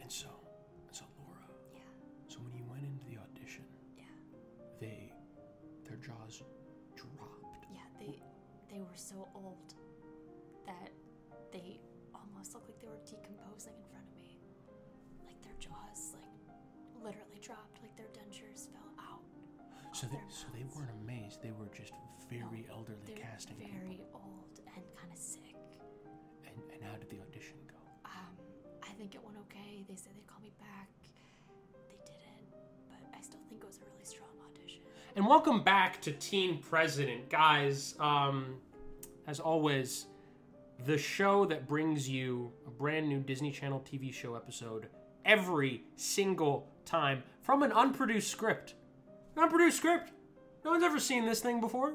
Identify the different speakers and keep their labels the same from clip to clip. Speaker 1: And so, so Laura,
Speaker 2: Yeah.
Speaker 1: so when you went into the audition,
Speaker 2: Yeah.
Speaker 1: they, their jaws dropped.
Speaker 2: Yeah, they they were so old that they almost looked like they were decomposing in front of me. Like their jaws like literally dropped, like their dentures fell out.
Speaker 1: So
Speaker 2: of
Speaker 1: they,
Speaker 2: their
Speaker 1: so they
Speaker 2: mouths.
Speaker 1: weren't amazed. They were just very
Speaker 2: No,
Speaker 1: elderly
Speaker 2: They're
Speaker 1: casting
Speaker 2: very
Speaker 1: people.
Speaker 2: old and kind of sick.
Speaker 1: And, and how did the audition go?
Speaker 2: Um, I think it went okay. They said they'd call me back. They didn't, but I still think it was a really strong audition.
Speaker 3: And welcome back to Teen President, guys. Um, as always, the show that brings you a brand new Disney Channel TV show episode every single time from an unproduced script. An unproduced script. No one's ever seen this thing before.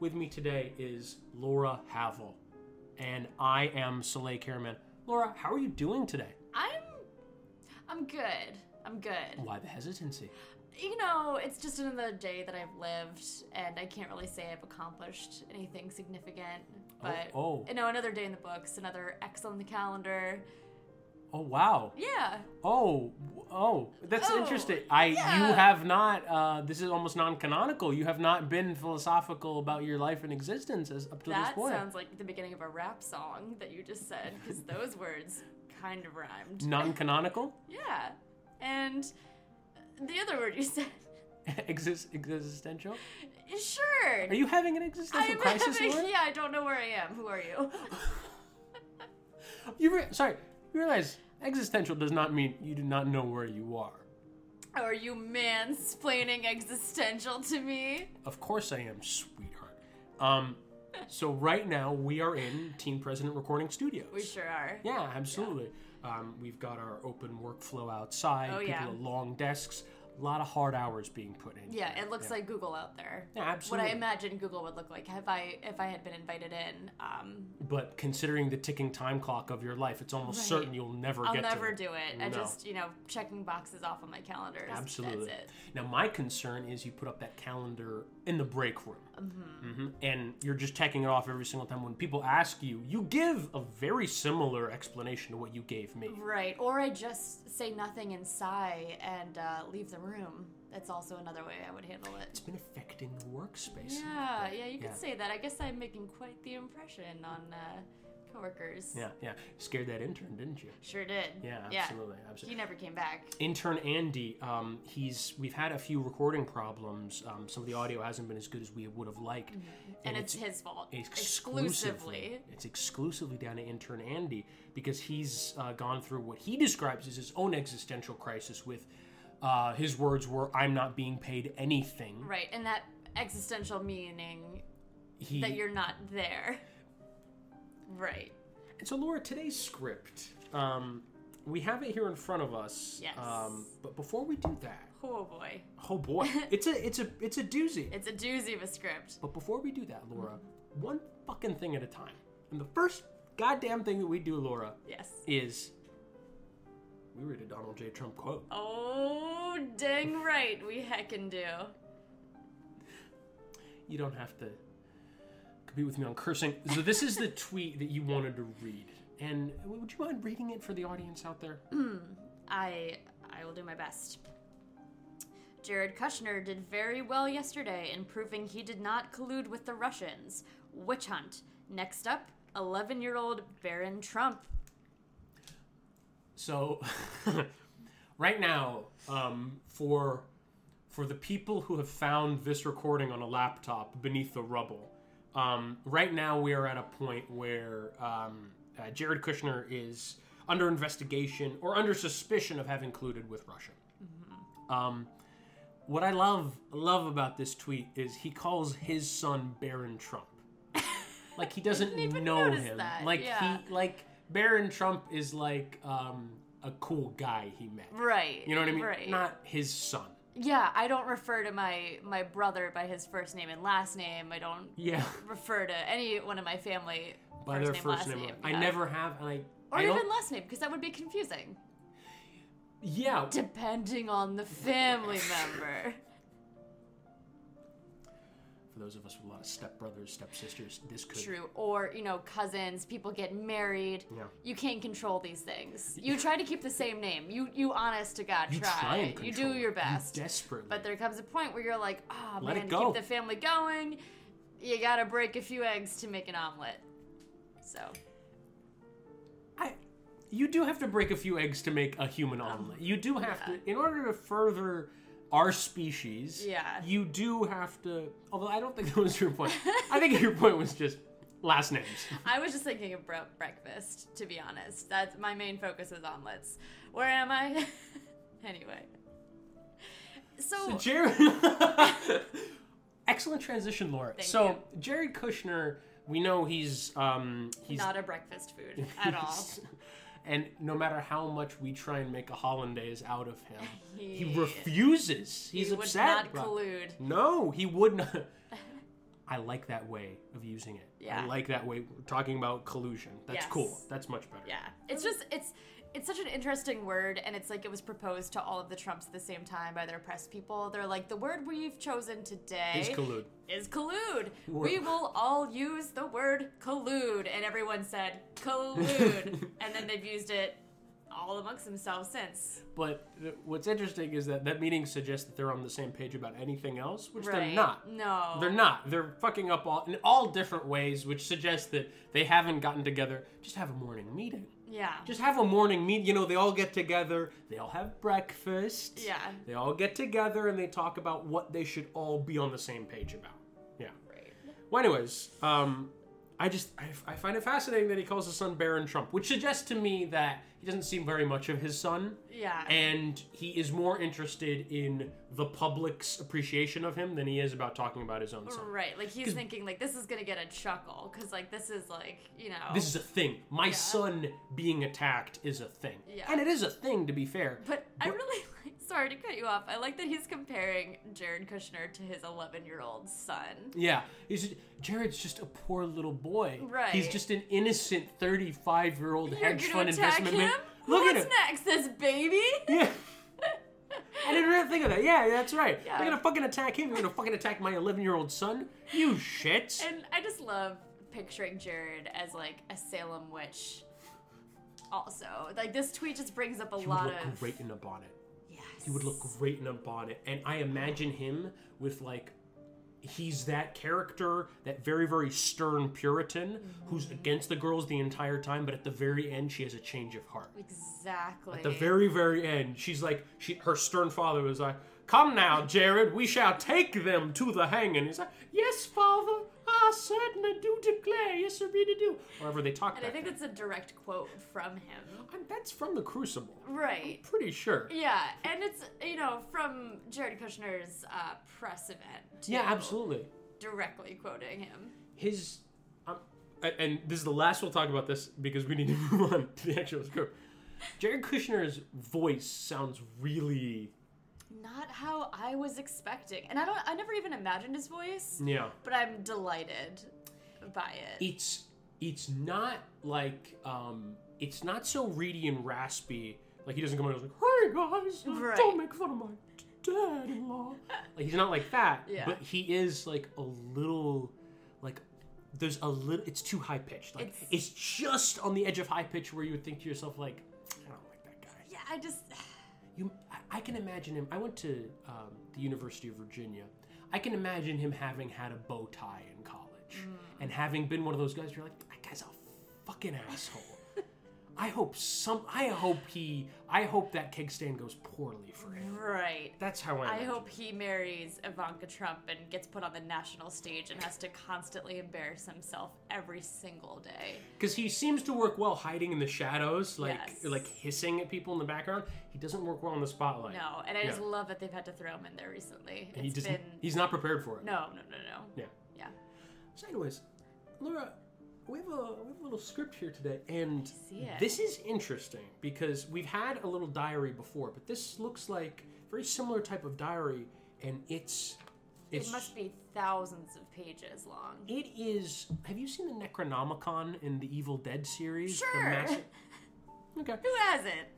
Speaker 3: With me today is Laura Havel, and I am Soleil Karaman. Laura, how are you doing today?
Speaker 2: I'm I'm good. I'm good.
Speaker 1: Why the hesitancy?
Speaker 2: you know, it's just another day that I've lived, and I can't really say I've accomplished anything significant. But
Speaker 1: oh.
Speaker 2: you know, another day in the books, another X on the calendar.
Speaker 1: Oh wow!
Speaker 2: Yeah,
Speaker 1: Oh oh, that's
Speaker 2: Oh,
Speaker 1: interesting. I you
Speaker 2: yeah.
Speaker 1: have not. Uh, this is almost non-canonical. You have not been philosophical about your life and existence as up to this
Speaker 2: that
Speaker 1: point.
Speaker 2: sounds like the beginning of a rap song that you just said, because those words kind of rhymed.
Speaker 1: non-canonical
Speaker 2: Yeah, and the other word you said,
Speaker 1: Exist, existential.
Speaker 2: sure.
Speaker 1: Are you having an existential
Speaker 2: I'm
Speaker 1: crisis,
Speaker 2: having-
Speaker 1: Laura?
Speaker 2: yeah, I don't know where I am. Who are you?
Speaker 1: You re- sorry. You realize existential does not mean you do not know where you are.
Speaker 2: Are you mansplaining existential to me?
Speaker 1: Of course I am, sweetheart. Um, so right now we are in Teen President Recording Studios.
Speaker 2: We sure are.
Speaker 1: Yeah, absolutely. Um, we've got our open workflow outside.
Speaker 2: Oh,
Speaker 1: people
Speaker 2: yeah.
Speaker 1: at long desks. A lot of hard hours being put in.
Speaker 2: Yeah,
Speaker 1: here.
Speaker 2: it looks like Google out there.
Speaker 1: Yeah,
Speaker 2: What
Speaker 1: absolutely.
Speaker 2: I imagine Google would look like if I if I had been invited in. Um,
Speaker 1: But considering the ticking time clock of your life, it's almost
Speaker 2: Right.
Speaker 1: certain you'll never
Speaker 2: I'll
Speaker 1: get to
Speaker 2: never
Speaker 1: it.
Speaker 2: do it.
Speaker 1: No.
Speaker 2: I just you know checking boxes off on my calendar. is-
Speaker 1: Absolutely.
Speaker 2: That's it.
Speaker 1: Now my concern is you put up that calendar in the break room,
Speaker 2: Mm-hmm.
Speaker 1: hmm and you're just checking it off every single time. When people ask you, you give a very similar explanation to what you gave me.
Speaker 2: Right. Or I just say nothing and sigh and uh, leave the room. That's also another way I would handle it.
Speaker 1: It's been affecting the workspace.
Speaker 2: Yeah, yeah, you could
Speaker 1: Yeah.
Speaker 2: say that. I guess I'm making quite the impression on uh, coworkers.
Speaker 1: Yeah, yeah. Scared that intern, didn't you?
Speaker 2: Sure did.
Speaker 1: Yeah, absolutely, absolutely.
Speaker 2: He never came back.
Speaker 1: intern Andy, um, he's we've had a few recording problems. Um, some of the audio hasn't been as good as we would have liked,
Speaker 2: Mm-hmm. And, it's, his fault.
Speaker 1: exclusively it's exclusively down to intern Andy because he's uh, gone through what he describes as his own existential crisis. With uh, his words were, "I'm not being paid anything."
Speaker 2: Right, and that existential meaning
Speaker 1: He
Speaker 2: that you're not there. Right.
Speaker 1: and so Laura, today's script. Um, we have it here in front of us.
Speaker 2: Yes.
Speaker 1: Um, but before we do that,
Speaker 2: Oh boy.
Speaker 1: oh boy, it's a it's a it's a doozy.
Speaker 2: It's a doozy of a script.
Speaker 1: But before we do that, Laura, one fucking thing at a time. And the first goddamn thing that we do, Laura,
Speaker 2: Yes.
Speaker 1: is we read a Donald J. Trump quote.
Speaker 2: Oh, dang right, we heckin' do.
Speaker 1: You don't have to compete with me on cursing. So this is the tweet that you wanted to read. And would you mind reading it for the audience out there?
Speaker 2: I I will do my best. Jared Kushner did very well yesterday in proving he did not collude with the Russians. Witch hunt. Next up, 11-year-old Barron Trump.
Speaker 1: So right now, um, for for the people who have found this recording on a laptop beneath the rubble, um, right now we are at a point where um, uh, Jared Kushner is under investigation or under suspicion of having colluded with Russia.
Speaker 2: Mm-hmm.
Speaker 1: Um, what I love love about this tweet is he calls his son Barron Trump. Like he doesn't
Speaker 2: even
Speaker 1: know
Speaker 2: notice
Speaker 1: him.
Speaker 2: that,
Speaker 1: Like
Speaker 2: yeah.
Speaker 1: he like Barron Trump is like um, a cool guy he met.
Speaker 2: Right.
Speaker 1: You know what I mean?
Speaker 2: Right.
Speaker 1: Not his son.
Speaker 2: yeah, I don't refer to my my brother by his first name and last name. I don't
Speaker 1: Yeah.
Speaker 2: refer to any one of my family
Speaker 1: By
Speaker 2: first
Speaker 1: their
Speaker 2: name,
Speaker 1: first
Speaker 2: last
Speaker 1: name.
Speaker 2: name.
Speaker 1: I
Speaker 2: yeah.
Speaker 1: never have, and I.
Speaker 2: or
Speaker 1: I
Speaker 2: even
Speaker 1: don't-
Speaker 2: last name because that would be confusing.
Speaker 1: yeah.
Speaker 2: Depending on the family member.
Speaker 1: For those of us with a lot of stepbrothers, stepsisters, this could.
Speaker 2: True. Or, you know, cousins, people get married.
Speaker 1: Yeah.
Speaker 2: You can't control these things. You try to keep the same name. You you honest to God
Speaker 1: You
Speaker 2: try.
Speaker 1: try and
Speaker 2: you
Speaker 1: control
Speaker 2: do
Speaker 1: it.
Speaker 2: your best.
Speaker 1: desperately.
Speaker 2: but there comes a point where you're like, oh
Speaker 1: Let
Speaker 2: man,
Speaker 1: it
Speaker 2: to
Speaker 1: go."
Speaker 2: keep the family going, you gotta break a few eggs to make an omelet. So
Speaker 1: I, you do have to break a few eggs to make a human
Speaker 2: Um,
Speaker 1: omelet. You do have to, in order to further our species.
Speaker 2: Yeah.
Speaker 1: You do have to. Although I don't think that was your point. I think your point was just last names.
Speaker 2: I was just thinking of bre- breakfast, to be honest. That's my main focus is omelets. Where am I? anyway.
Speaker 1: So
Speaker 2: So,
Speaker 1: Jared. Oh. Excellent transition, Laura.
Speaker 2: Thank
Speaker 1: so
Speaker 2: you.
Speaker 1: Jared Kushner, we know he's um he's
Speaker 2: not a breakfast food at all.
Speaker 1: And no matter how much we try and make a hollandaise out of him, he,
Speaker 2: He-
Speaker 1: refuses. He's
Speaker 2: he
Speaker 1: upset.
Speaker 2: would not
Speaker 1: about-
Speaker 2: collude.
Speaker 1: No, he would not. I like that way of using it. I
Speaker 2: Yeah.
Speaker 1: like that way. We're talking about collusion. That's
Speaker 2: Yes.
Speaker 1: cool. That's much better.
Speaker 2: Yeah. It's just it's it's such an interesting word and it's like it was proposed to all of the Trumps at the same time by their press people. They're like the word we've chosen today
Speaker 1: Is collude.
Speaker 2: is collude.
Speaker 1: Wor-
Speaker 2: We will all use the word collude. And everyone said collude. and then they've used it all amongst themselves since.
Speaker 1: But th- what's interesting is that that meeting suggests that they're on the same page about anything else, which
Speaker 2: right?
Speaker 1: they're not.
Speaker 2: No.
Speaker 1: They're not. They're fucking up all in all different ways, which suggests that they haven't gotten together. Just have a morning meeting.
Speaker 2: Yeah.
Speaker 1: Just have a morning meet. You know, they all get together. They all have breakfast.
Speaker 2: Yeah.
Speaker 1: They all get together and they talk about what they should all be on the same page about. Yeah.
Speaker 2: Right.
Speaker 1: Well, anyways, um, I just I, I find it fascinating that he calls his son Baron Trump, which suggests to me that he doesn't seem very much of his son,
Speaker 2: Yeah.
Speaker 1: and he is more interested in the public's appreciation of him than he is about talking about his own son.
Speaker 2: Right, like he's thinking, like this is gonna get a chuckle, cause like this is like you know,
Speaker 1: This is a thing. My
Speaker 2: Um, Yeah.
Speaker 1: son being attacked is a thing,
Speaker 2: Yeah.
Speaker 1: and it is a thing to be fair.
Speaker 2: But I really like, sorry to cut you off. I like that he's comparing Jared Kushner to his 11 year old son.
Speaker 1: Yeah, he's Jared's just a poor little boy.
Speaker 2: Right.
Speaker 1: He's just an innocent thirty-five-year-old
Speaker 2: You're
Speaker 1: hedge
Speaker 2: gonna
Speaker 1: fund
Speaker 2: attack
Speaker 1: investment
Speaker 2: him?
Speaker 1: man. Look
Speaker 2: What's
Speaker 1: at him.
Speaker 2: next? This baby?
Speaker 1: Yeah. I didn't really think of that. Yeah, that's right.
Speaker 2: Yeah.
Speaker 1: You're gonna fucking attack him. You're gonna fucking attack my 11 year old son. You shit.
Speaker 2: And I just love picturing Jared as like a Salem witch. Also, like this tweet just brings up a
Speaker 1: he would
Speaker 2: lot
Speaker 1: look
Speaker 2: of
Speaker 1: great in a bonnet.
Speaker 2: yes.
Speaker 1: He would look great in a bonnet. And I imagine him with like. He's that character, that very, very stern Puritan who's
Speaker 2: Mm-hmm.
Speaker 1: against the girls the entire time, but at the very end, she has a change of heart.
Speaker 2: exactly.
Speaker 1: At the very, very end, she's like, she, her stern father was like, "Come now, Jared, we shall take them to the hanging." He's like, "Yes, father, I certainly do declare, yes, I really do." However, they talk.
Speaker 2: and I
Speaker 1: back
Speaker 2: think
Speaker 1: then.
Speaker 2: that's a direct quote from him.
Speaker 1: I'm- that's from the Crucible.
Speaker 2: Right.
Speaker 1: Pretty sure.
Speaker 2: Yeah, and it's you know from Jared Kushner's uh, press event. too.
Speaker 1: Yeah, absolutely.
Speaker 2: Directly quoting him.
Speaker 1: His, um, a- and this is the last we'll talk about this because we need to move on to the actual script. Jared Kushner's voice sounds really,
Speaker 2: Not how I was expecting, and I don't. I never even imagined his voice,
Speaker 1: yeah.
Speaker 2: but I'm delighted by it.
Speaker 1: it's it's not like um it's not so reedy and raspy like he doesn't come out and is like hey guys uh,
Speaker 2: Right.
Speaker 1: don't make fun of my dad-in-law like he's not like that
Speaker 2: Yeah.
Speaker 1: but he is like a little like there's a little it's too high pitched like it's,
Speaker 2: It's-
Speaker 1: just on the edge of high pitch where you would think to yourself like i don't like that guy
Speaker 2: Yeah, I just.
Speaker 1: you, I, I can imagine him. I went to um, the University of Virginia. I can imagine him having had a bow tie in college
Speaker 2: Mm.
Speaker 1: and having been one of those guys. Where you're like, that guy's a fucking asshole. I hope some. I hope he. I hope that keg stand goes poorly for him.
Speaker 2: Right.
Speaker 1: That's how I.
Speaker 2: I
Speaker 1: imagine
Speaker 2: hope
Speaker 1: it.
Speaker 2: he marries Ivanka Trump and gets put on the national stage and has to constantly embarrass himself every single day.
Speaker 1: because he seems to work well hiding in the shadows, like
Speaker 2: Yes.
Speaker 1: like hissing at people in the background. He doesn't work well in the spotlight.
Speaker 2: No, and I just
Speaker 1: Yeah.
Speaker 2: love that they've had to throw him in there recently. It's
Speaker 1: and he just
Speaker 2: been
Speaker 1: he's not prepared for it.
Speaker 2: no, no, no, no.
Speaker 1: Yeah.
Speaker 2: Yeah.
Speaker 1: So, anyways, Laura, we have a, we have a little script here today, and
Speaker 2: see it.
Speaker 1: this is interesting because we've had a little diary before, but this looks like a very similar type of diary, and it's it's
Speaker 2: It must be thousands of pages long.
Speaker 1: it is. Have you seen the Necronomicon in the Evil Dead series? The
Speaker 2: Sure.
Speaker 1: massive- okay.
Speaker 2: Who hasn't?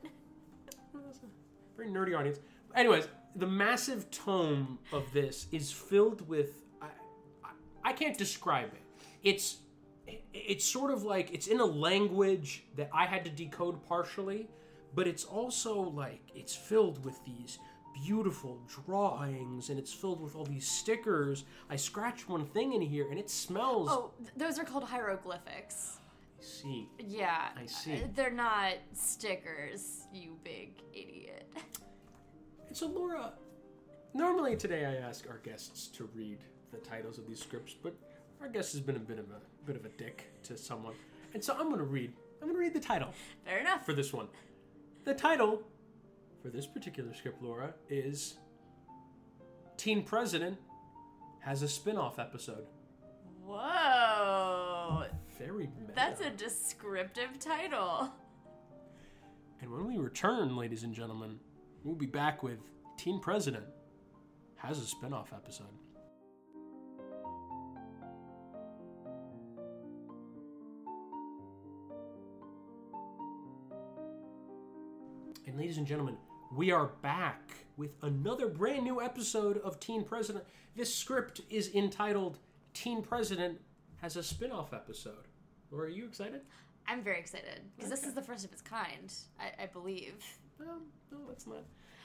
Speaker 1: very nerdy audience. Anyways, the massive tome of this is filled with. I, I, I can't describe it. It's it's sort of like it's in a language that I had to decode partially, but it's also like it's filled with these beautiful drawings and it's filled with all these stickers. I scratched one thing in here and it smells.
Speaker 2: Oh, th- those are called hieroglyphics.
Speaker 1: See,
Speaker 2: Yeah.
Speaker 1: I see.
Speaker 2: uh, They're not stickers, you big idiot.
Speaker 1: And so, Laura, normally today I ask our guests to read the titles of these scripts, but our guest has been a bit of a bit of a dick to someone, and so I'm going to read. I'm going to read the title
Speaker 2: Fair enough.
Speaker 1: for this one. The title for this particular script, Laura, is Teen President has a spin-off episode.
Speaker 2: Whoa.
Speaker 1: Very meta.
Speaker 2: That's a descriptive title.
Speaker 1: And when we return, ladies and gentlemen, we'll be back with Teen President has a spin-off episode. And ladies and gentlemen, we are back with another brand new episode of Teen President. This script is entitled Teen President has a spin-off episode. Laura, are you excited?
Speaker 2: I'm very excited because this is the first of its kind, I, I believe.
Speaker 1: Well, no, let's not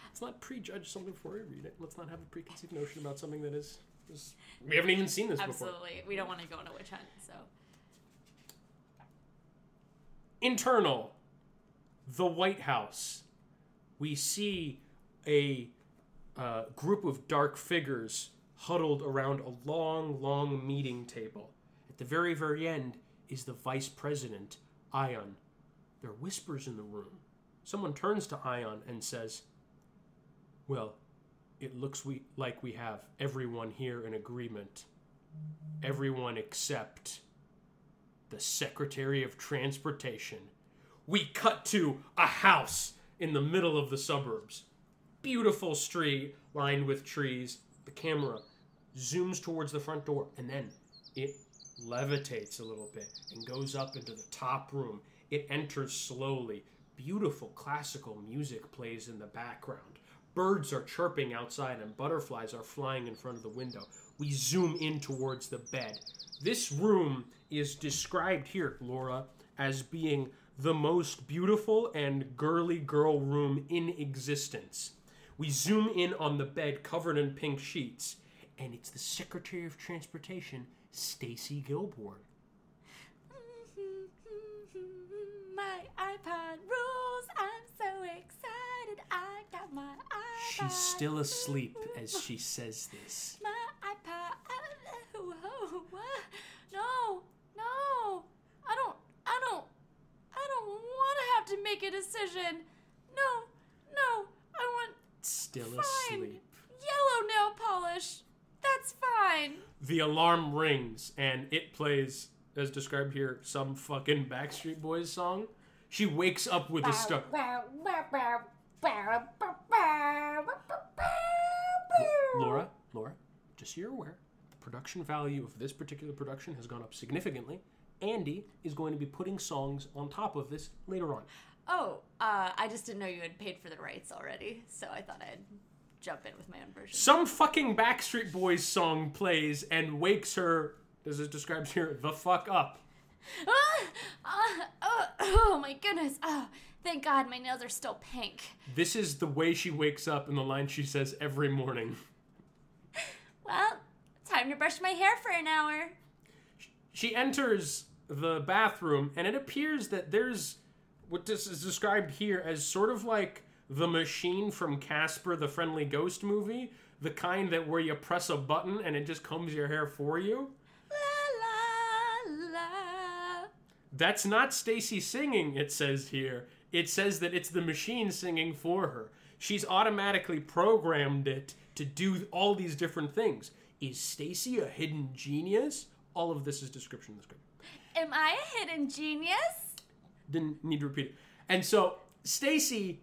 Speaker 1: let's not prejudge something before we read it. Let's not have a preconceived notion about something that is, is we haven't even seen this before.
Speaker 2: Absolutely. We don't want to go on a witch hunt, so.
Speaker 1: Internal, the White House. We see a uh, group of dark figures huddled around a long, long meeting table. At the very, very end is the vice president, Ion. There are whispers in the room. Someone turns to Ion and says, Well, it looks we, like we have everyone here in agreement. Everyone except the Secretary of Transportation. We cut to a house in the middle of the suburbs. Beautiful street lined with trees. The camera zooms towards the front door and then it levitates a little bit and goes up into the top room. It enters slowly. Beautiful classical music plays in the background. Birds are chirping outside and butterflies are flying in front of the window. We zoom in towards the bed. This room is described here, Laura, as being the most beautiful and girly girl room in existence. We zoom in on the bed covered in pink sheets, and it's the Secretary of Transportation, Stacy Gilbourne.
Speaker 2: My iPod rules. I'm so excited. I got my iPod.
Speaker 1: She's still asleep as she says this.
Speaker 2: My iPod. Whoa, what? No, no. I don't. I don't. I don't want to have to make a decision. No, no. I want
Speaker 1: Still
Speaker 2: fine
Speaker 1: asleep.
Speaker 2: yellow nail polish. That's fine.
Speaker 1: The alarm rings and it plays, as described here, some fucking Backstreet Boys song. She wakes up with a start. Laura, Laura, just so you're aware, the production value of this particular production has gone up significantly. Andy is going to be putting songs on top of this later on.
Speaker 2: Oh, uh, I just didn't know you had paid for the rights already, so I thought I'd jump in with my own version.
Speaker 1: Some fucking Backstreet Boys song plays and wakes her, as it describes here, the fuck up.
Speaker 2: Ah! Ah! oh, oh my goodness! Oh, thank God my nails are still pink.
Speaker 1: This is the way she wakes up and the line she says every morning.
Speaker 2: Well, time to brush my hair for an hour.
Speaker 1: She enters the bathroom, and it appears that there's what this is described here as sort of like the machine from Casper, the Friendly Ghost movie, the kind that where you press a button and it just combs your hair for you.
Speaker 2: La la la.
Speaker 1: That's not Stacy singing, it says here. It says that it's the machine singing for her. She's automatically programmed it to do all these different things. Is Stacy a hidden genius? All of this is description in the script.
Speaker 2: Am I a hidden genius?
Speaker 1: didn't need to repeat it. And so Stacy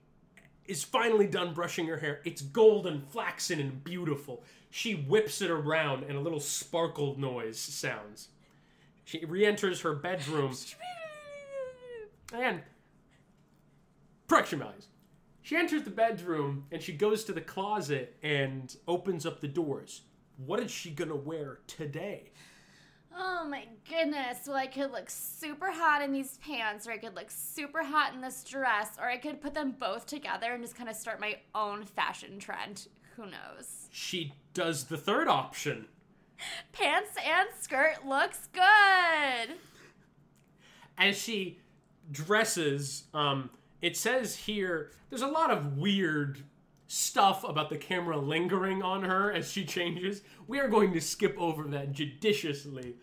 Speaker 1: is finally done brushing her hair. It's golden, flaxen, and beautiful. She whips it around, and a little sparkle noise sounds. She re-enters her bedroom and production values. She enters the bedroom and she goes to the closet and opens up the doors. What is she gonna wear today?
Speaker 2: Oh my goodness. Well, I could look super hot in these pants, or I could look super hot in this dress, or I could put them both together and just kind of start my own fashion trend. Who knows?
Speaker 1: She does the third option.
Speaker 2: Pants and skirt looks good.
Speaker 1: as she dresses, um, it says here there's a lot of weird stuff about the camera lingering on her as she changes. We are going to skip over that judiciously.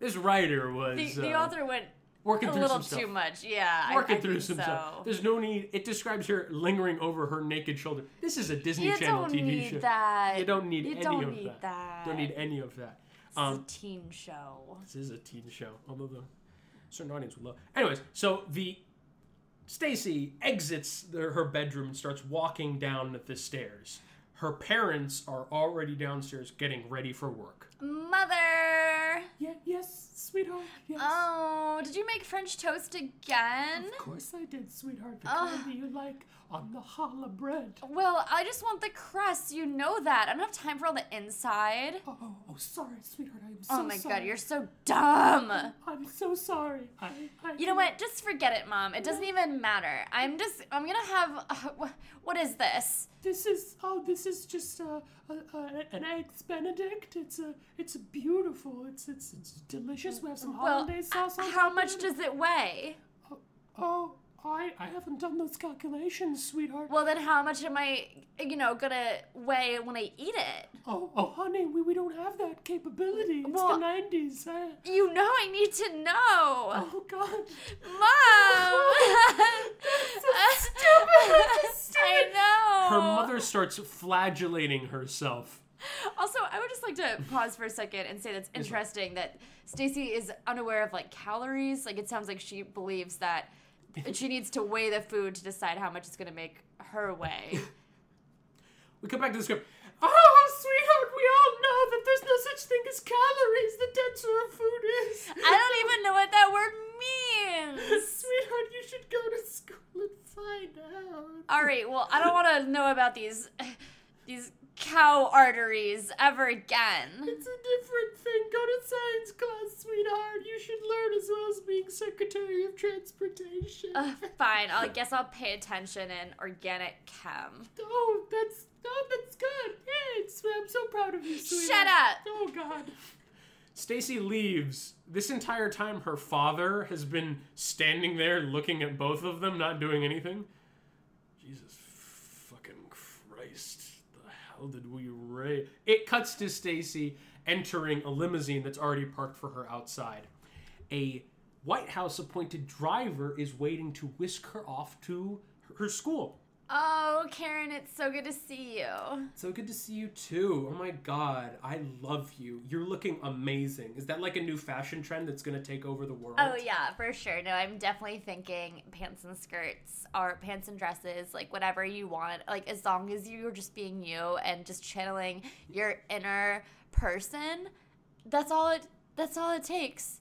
Speaker 1: This writer was
Speaker 2: The, the
Speaker 1: uh,
Speaker 2: author went
Speaker 1: working
Speaker 2: a
Speaker 1: through
Speaker 2: little
Speaker 1: some stuff.
Speaker 2: too much. Yeah. I-
Speaker 1: Working
Speaker 2: I
Speaker 1: through
Speaker 2: think
Speaker 1: some
Speaker 2: so.
Speaker 1: stuff. There's no need. It describes her lingering over her naked shoulder. This is a Disney
Speaker 2: You
Speaker 1: Channel
Speaker 2: don't
Speaker 1: TV
Speaker 2: need
Speaker 1: show.
Speaker 2: that.
Speaker 1: You don't need
Speaker 2: You
Speaker 1: any
Speaker 2: don't
Speaker 1: of
Speaker 2: need
Speaker 1: that. Don't need any of that. Um,
Speaker 2: it's a teen show.
Speaker 1: This is a teen show, although the certain audience would love. Anyways, so the Stacy exits the, her bedroom and starts walking down the stairs. Her parents are already downstairs getting ready for work.
Speaker 2: Mother!
Speaker 1: Yeah, yes, sweetheart. Yes,
Speaker 2: Oh, did you make French toast again?
Speaker 1: course I did, sweetheart. The
Speaker 2: Ugh.
Speaker 1: you like on the challah bread.
Speaker 2: Well, I just want the crust. You know that. I don't have time for all the inside.
Speaker 1: Oh, oh, oh sorry, sweetheart. I'm so
Speaker 2: oh my god, you're so dumb.
Speaker 1: I'm so sorry. I, I,
Speaker 2: You know what? Just forget it, mom. It doesn't even matter. I'm just. I'm gonna have. Uh, wh- what is this?
Speaker 1: This is oh, this is just uh, a, a, an eggs Benedict. It's a it's beautiful. It's it's, it's delicious. We have some
Speaker 2: Well,
Speaker 1: hollandaise
Speaker 2: uh,
Speaker 1: sauce. on
Speaker 2: how
Speaker 1: top of
Speaker 2: much
Speaker 1: it.
Speaker 2: does it weigh?
Speaker 1: Oh, I I haven't done those calculations, sweetheart.
Speaker 2: Well, then how much am I, you know, gonna weigh when I eat it?
Speaker 1: Oh, oh, honey, we, we don't have that capability. It's
Speaker 2: Well-
Speaker 1: the nineties. Uh,
Speaker 2: You know I need to know.
Speaker 1: oh God.
Speaker 2: Mom! That's so stupid. I know.
Speaker 3: Her mother starts flagellating herself.
Speaker 2: Also, I would just like to pause for a second and say that's interesting that Stacy is unaware of like calories. Like it sounds like she believes that she needs to weigh the food to decide how much it's going to make her weigh.
Speaker 3: We come back to the script.
Speaker 1: Oh, sweetheart, we all know that there's no such thing as calories. The denser a food is.
Speaker 2: I don't even know what that word means.
Speaker 1: sweetheart, you should go to school and find out.
Speaker 2: All right, well, I don't want to know about these these cow arteries ever again.
Speaker 1: It's a different thing. Go to science class, sweetheart. You should learn as well as being Secretary of Transportation.
Speaker 2: Ugh, fine, I guess I'll pay attention in organic chem.
Speaker 1: oh, that's oh, that's good. Yeah, it's, I'm so proud of you, sweetheart.
Speaker 2: Shut up.
Speaker 1: Oh God.
Speaker 3: Stacy leaves. This entire time, her father has been standing there looking at both of them, not doing anything. Jesus fucking Christ. The hell did we raise? It cuts to Stacy entering a limousine that's already parked for her outside. A White House appointed driver is waiting to whisk her off to her school.
Speaker 2: Oh, Karen, it's so good to see you.
Speaker 3: So good to see you too. Oh my god, I love you. You're looking amazing. Is that like a new fashion trend that's gonna take over the world?
Speaker 2: Oh yeah, for sure. No, I'm definitely thinking pants and skirts or pants and dresses, like whatever you want. Like as long as you're just being you and just channeling your inner person, that's all it that's all it takes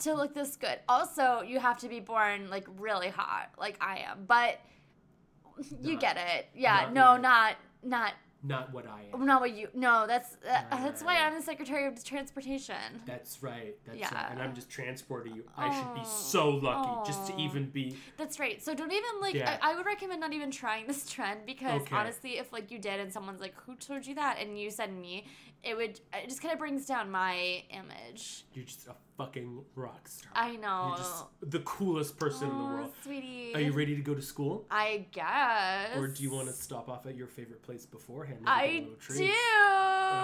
Speaker 2: to look this good. Also, you have to be born like really hot, like I am. But you
Speaker 3: Not-
Speaker 2: get it. Yeah,
Speaker 3: not
Speaker 2: no,
Speaker 3: really.
Speaker 2: not not
Speaker 3: Not what I am.
Speaker 2: not what you No, that's uh, that's why
Speaker 3: right.
Speaker 2: I'm the Secretary of Transportation.
Speaker 3: That's right. That's
Speaker 2: Yeah.
Speaker 3: right. And I'm just transporting you. I should
Speaker 2: Oh.
Speaker 3: be so lucky just to
Speaker 2: Oh.
Speaker 3: even be.
Speaker 2: That's right. So don't even like.
Speaker 3: Yeah.
Speaker 2: I, I would recommend not even trying this trend because
Speaker 3: Okay.
Speaker 2: honestly, if like you did and someone's like, "Who told you that?" and you said me, it would. It just kind of brings down my image.
Speaker 3: You're just a fucking rock star.
Speaker 2: I know. Oh,
Speaker 3: You're just the coolest person in the
Speaker 2: Aw,
Speaker 3: world.
Speaker 2: sweetie.
Speaker 3: Are you ready to go to school?
Speaker 2: I guess.
Speaker 3: Or do you want to stop off at your favorite place beforehand? and get a
Speaker 2: I
Speaker 3: little treat?
Speaker 2: do.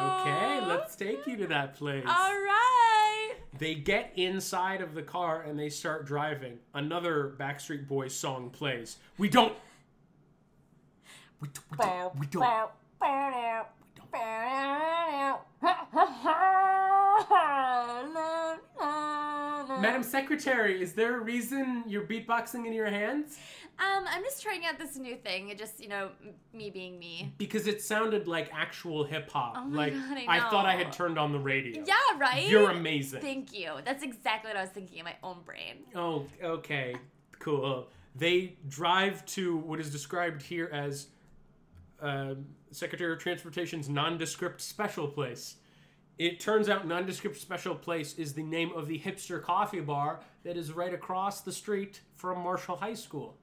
Speaker 3: Okay,
Speaker 2: Okay,
Speaker 3: let's take you to that place.
Speaker 2: All right.
Speaker 3: They get inside of the car and they start driving. Another Backstreet Boys song plays. We don't. We, d- we don't. We don't. Madam Secretary, is there a reason you're beatboxing in your hands?
Speaker 2: Um, I'm just trying out this new thing. It just, you know, m- me being me.
Speaker 3: Because it sounded like actual hip hop.
Speaker 2: Oh my
Speaker 3: like
Speaker 2: God, I
Speaker 3: thought I
Speaker 2: know.
Speaker 3: had turned on the radio.
Speaker 2: Yeah, right?
Speaker 3: You're amazing.
Speaker 2: Thank you. That's exactly what I was thinking in my own brain.
Speaker 3: Oh, okay, cool. They drive to what is described here as um Secretary of Transportation's nondescript special place.
Speaker 1: It turns out Nondescript Special Place is the name of the hipster coffee bar that is right across the street from Marshall High School.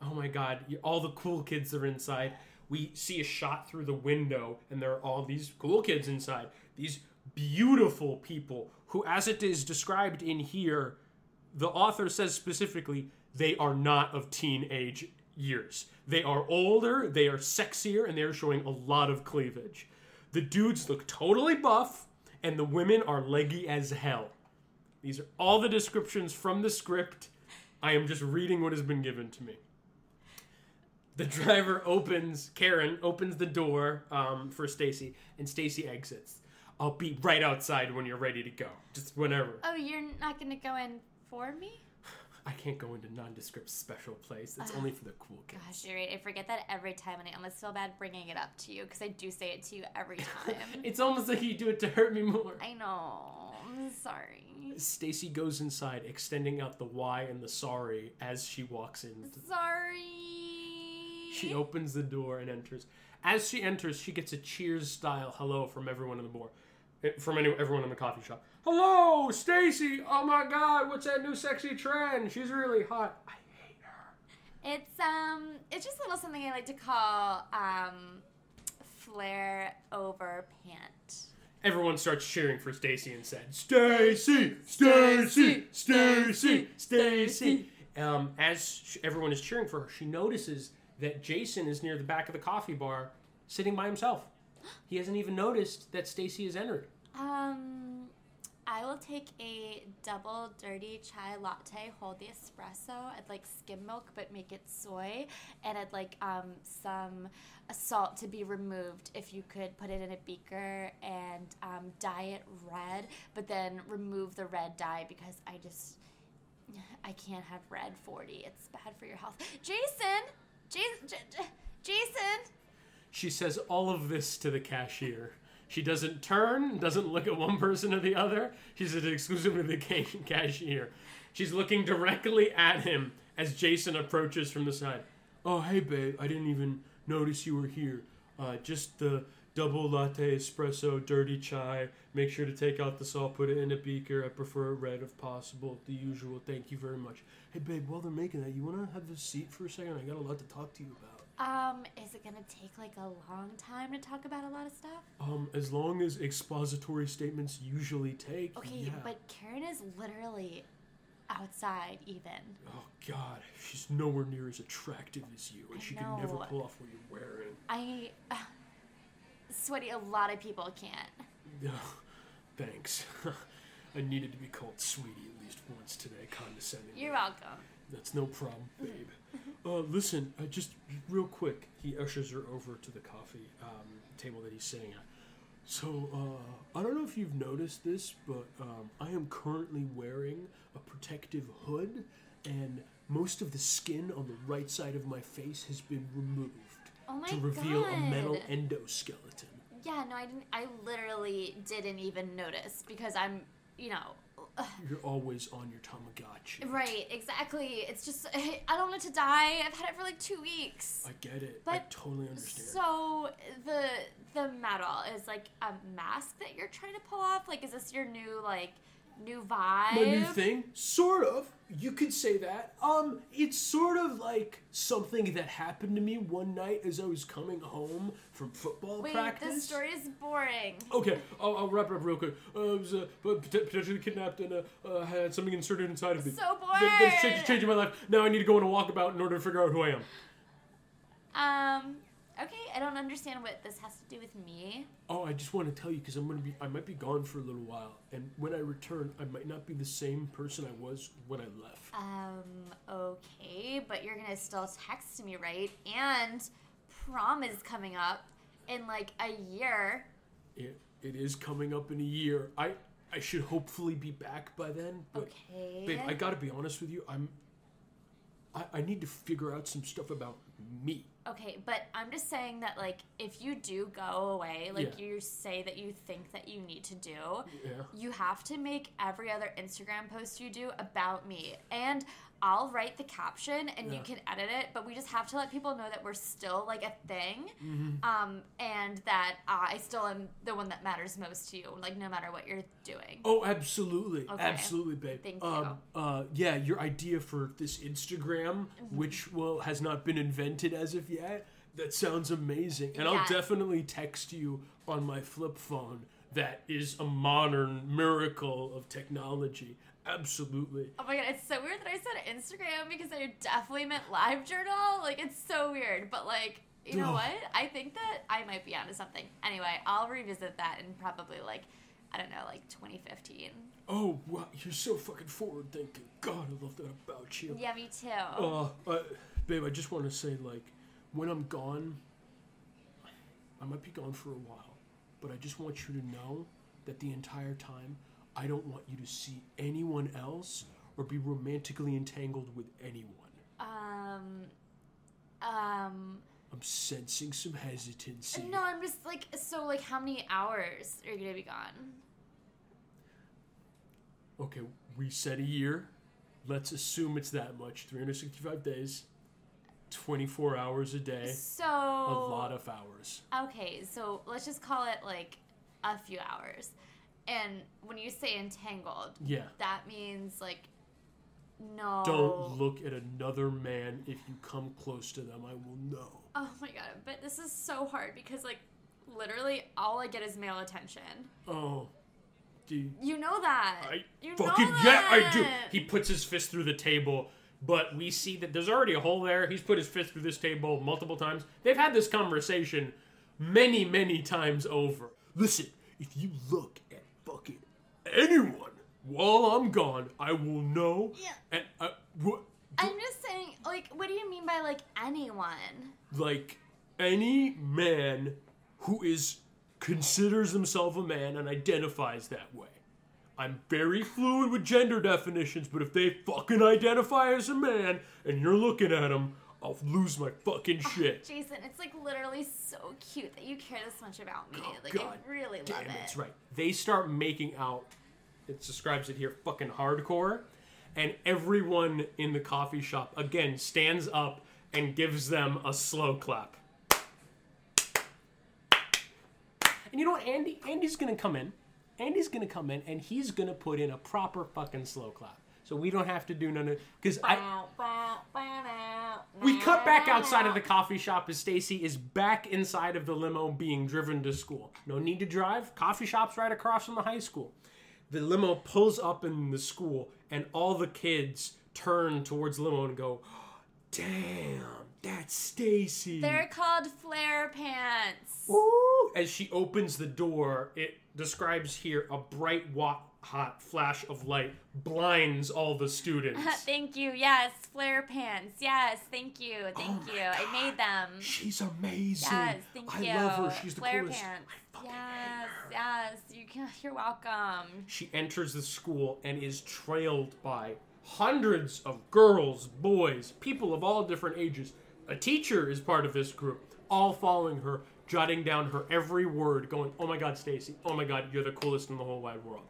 Speaker 1: Oh my god, you- all the cool kids are inside. We see a shot through the window, and there are all these cool kids inside. These beautiful people who, as it is described in here, the author says specifically they are not of teenage years. They are older, they are sexier, and they are showing a lot of cleavage. The dudes look totally buff, and the women are leggy as hell. These are all the descriptions from the script. I am just reading what has been given to me. The driver opens, Karen opens the door um, for Stacy, and Stacy exits. I'll be right outside when you're ready to go. Just whenever.
Speaker 2: Oh, you're not gonna go in for me?
Speaker 1: I can't go into nondescript special place. It's only for the cool kids.
Speaker 2: Gosh, you're right. I forget that every time, and I almost feel bad bringing it up to you because I do say it to you every time.
Speaker 1: It's almost like you do it to hurt me more.
Speaker 2: I know. I'm sorry.
Speaker 1: Stacy goes inside, extending out the why and the sorry as she walks in.
Speaker 2: Sorry.
Speaker 1: She opens the door and enters. As she enters, she gets a cheers style hello from everyone in the bar, eh, from any, everyone in the coffee shop. Hello, Stacy. Oh my God, what's that new sexy trend? She's really hot. I hate her.
Speaker 2: It's um, it's just a little something I like to call um, flare over pant.
Speaker 1: Everyone starts cheering for Stacy and said, "Stacy, Stacy, Stacy, Stacy." Um, as sh- everyone is cheering for her, she notices that Jason is near the back of the coffee bar, sitting by himself. He hasn't even noticed that Stacy has entered.
Speaker 2: Um, I will take a double dirty chai latte, hold the espresso. I'd like skim milk, but make it soy, and I'd like um some salt to be removed. If you could put it in a beaker and um, dye it red, but then remove the red dye because I just I can't have red forty. It's bad for your health. Jason, Jason, J- J- Jason.
Speaker 1: She says all of this to the cashier. She doesn't turn, doesn't look at one person or the other. She's exclusively the ca- cashier. She's looking directly at him as Jason approaches from the side. Oh, hey, babe. I didn't even notice you were here. Uh, just the double latte espresso, dirty chai. Make sure to take out the salt, put it in a beaker. I prefer it red if possible. The usual. Thank you very much. Hey, babe, while they're making that, you want to have a seat for a second? I got a lot to talk to you about.
Speaker 2: Um, is it gonna take like a long time to talk about a lot of stuff?
Speaker 1: Um, as long as expository statements usually take.
Speaker 2: Okay,
Speaker 1: yeah.
Speaker 2: but Karen is literally outside even.
Speaker 1: Oh God, she's nowhere near as attractive as you, and
Speaker 2: I
Speaker 1: she can never
Speaker 2: know.
Speaker 1: pull off what you're wearing.
Speaker 2: I sweaty a lot of people can't.
Speaker 1: Ugh, thanks. I needed to be called sweetie at least once today, condescendingly.
Speaker 2: You're welcome.
Speaker 1: That's no problem, babe. Uh, listen, uh, just real quick, he ushers her over to the coffee um, table that he's sitting at. So, uh, I don't know if you've noticed this, but um, I am currently wearing a protective hood, and most of the skin on the right side of my face has been removed
Speaker 2: Oh my
Speaker 1: to reveal
Speaker 2: god.
Speaker 1: a metal endoskeleton.
Speaker 2: yeah, no, I didn't I literally didn't even notice because I'm you know ugh,
Speaker 1: You're always on your Tamagotchi.
Speaker 2: right, exactly. It's just I don't want it to die. I've had it for like two weeks.
Speaker 1: I get it. I
Speaker 2: But
Speaker 1: totally understand.
Speaker 2: So the the metal is like a mask that you're trying to pull off. Like, is this your new like new vibe?
Speaker 1: my new thing sort of you could say that um it's sort of like something that happened to me one night as i was coming home from football
Speaker 2: Wait,
Speaker 1: practice
Speaker 2: this story is boring.
Speaker 1: Okay, I'll, I'll wrap it up real quick. Uh, I was uh, pot- potentially kidnapped and uh, uh, had something inserted inside of me.
Speaker 2: So
Speaker 1: That- That's cha-
Speaker 2: bored.
Speaker 1: changing my life. Now I need to go on a walkabout in order to figure out who I am.
Speaker 2: Um, okay, I don't understand what this has to do with me.
Speaker 1: Oh, I just want to tell you because I'm gonna be. I might be gone for a little while, and when I return, I might not be the same person I was when I left.
Speaker 2: Um, okay, but you're gonna still text me, right? And prom is coming up in like a year.
Speaker 1: It, it is coming up in a year. I I should hopefully be back by then. But
Speaker 2: Okay.
Speaker 1: babe, I gotta be honest with you. I'm I, I need to figure out some stuff about me.
Speaker 2: Okay, but I'm just saying that like if you do go away, like
Speaker 1: Yeah.
Speaker 2: you say that you think that you need to do,
Speaker 1: Yeah.
Speaker 2: you have to make every other Instagram post you do about me. And I'll write the caption and you
Speaker 1: Yeah.
Speaker 2: can edit it, but we just have to let people know that we're still like a thing,
Speaker 1: Mhm.
Speaker 2: um, and that I still am the one that matters most to you, like no matter what you're doing.
Speaker 1: Oh, absolutely,
Speaker 2: Okay.
Speaker 1: absolutely, babe.
Speaker 2: Thank
Speaker 1: um, Uh, yeah, your idea for this Instagram,
Speaker 2: Mm-hmm.
Speaker 1: which well has not been invented as of yet, that sounds amazing, and I'll
Speaker 2: Yeah.
Speaker 1: definitely text you on my flip phone. That is a modern miracle of technology. Absolutely.
Speaker 2: Oh my god, it's so weird that I said Instagram because I definitely meant live journal. Like it's so weird, but like you know
Speaker 1: Ugh.
Speaker 2: what? I think that I might be onto something. Anyway, I'll revisit that in probably like I don't know, like 2015.
Speaker 1: Oh wow, you're so fucking forward thinking. God, I love that about you.
Speaker 2: Yeah, me too.
Speaker 1: Uh, uh, babe, I just want to say, like, when I'm gone, I might be gone for a while, but I just want you to know that the entire time, I don't want you to see anyone else or be romantically entangled with anyone.
Speaker 2: Um, um,
Speaker 1: I'm sensing some hesitancy.
Speaker 2: no, I'm just like so. Like, how many hours are you gonna be gone?
Speaker 1: Okay, we said a year. Let's assume it's that much 365 days, 24 hours Eh? a day,
Speaker 2: So
Speaker 1: a lot
Speaker 2: Oh.
Speaker 1: of hours.
Speaker 2: Okay, so let's just call it like a few hours. And when you say entangled,
Speaker 1: Yeah.
Speaker 2: that means like no.
Speaker 1: Don't look at another man if you come close to them. I will know.
Speaker 2: Oh my god, but this is so hard because like literally all I get is male attention.
Speaker 1: Oh, dude.
Speaker 2: You know that.
Speaker 1: I
Speaker 2: you
Speaker 1: fucking
Speaker 2: know
Speaker 1: yeah, I
Speaker 2: that.
Speaker 1: do. He puts his fist through the table, but we see that there's already a hole there. He's put his fist through this table multiple times. They've had this conversation many, many times over. Listen, if you look at fucking anyone while I'm gone, I will know.
Speaker 2: Yeah.
Speaker 1: And uh, I, what,
Speaker 2: I'm just saying, like, what do you mean by like anyone?
Speaker 1: like any man who is considers himself a man and identifies that way. I'm very fluid with gender definitions, but if they fucking identify as a man and you're looking at them, I'll lose my fucking shit.
Speaker 2: Jason, it's like literally so cute that you care this much about me.
Speaker 1: Oh,
Speaker 2: like
Speaker 1: God
Speaker 2: I really love
Speaker 1: Damn,
Speaker 2: it.
Speaker 1: that's right. They start making out. It describes it here, fucking hardcore. And everyone in the coffee shop again stands up and gives them a slow clap. And you know what, Andy? Andy's gonna come in. Andy's gonna come in, and he's gonna put in a proper fucking slow clap. So we don't have to do none of because I. We cut back outside of the coffee shop as Stacy is back inside of the limo being driven to school. No need to drive. Coffee shop's right across from the high school. The limo pulls up in the school, and all the kids turn towards the limo and go, "Damn, that's Stacy."
Speaker 2: They're called flare pants.
Speaker 1: Ooh. As she opens the door, it describes here a bright, wa- hot flash of light blinds all the students.
Speaker 2: thank you. Yes, flare pants. Yes, thank you. Thank
Speaker 1: Oh
Speaker 2: you. I made them.
Speaker 1: She's amazing.
Speaker 2: Yes, thank
Speaker 1: I
Speaker 2: you.
Speaker 1: love her. She's the
Speaker 2: flare
Speaker 1: coolest.
Speaker 2: pants.
Speaker 1: I fucking hate
Speaker 2: Yes,
Speaker 1: her.
Speaker 2: yes. You can, you're welcome.
Speaker 1: She enters the school and is trailed by hundreds of girls, boys, people of all different ages. A teacher is part of this group, all following her, jotting down her every word, going, "Oh my god, Stacy. Oh my god, you're the coolest in the whole wide world."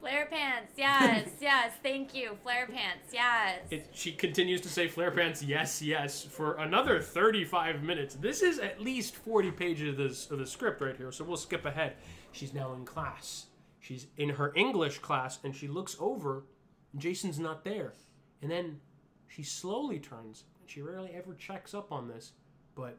Speaker 2: Flare pants. Yes, yes. Thank you. Flare pants. Yes.
Speaker 1: It, she continues to say flare pants yes yes for another 35 minutes this is at least 40 pages of, this, of the script right here so we'll skip ahead she's now in class she's in her english class and she looks over and jason's not there and then she slowly turns and she rarely ever checks up on this but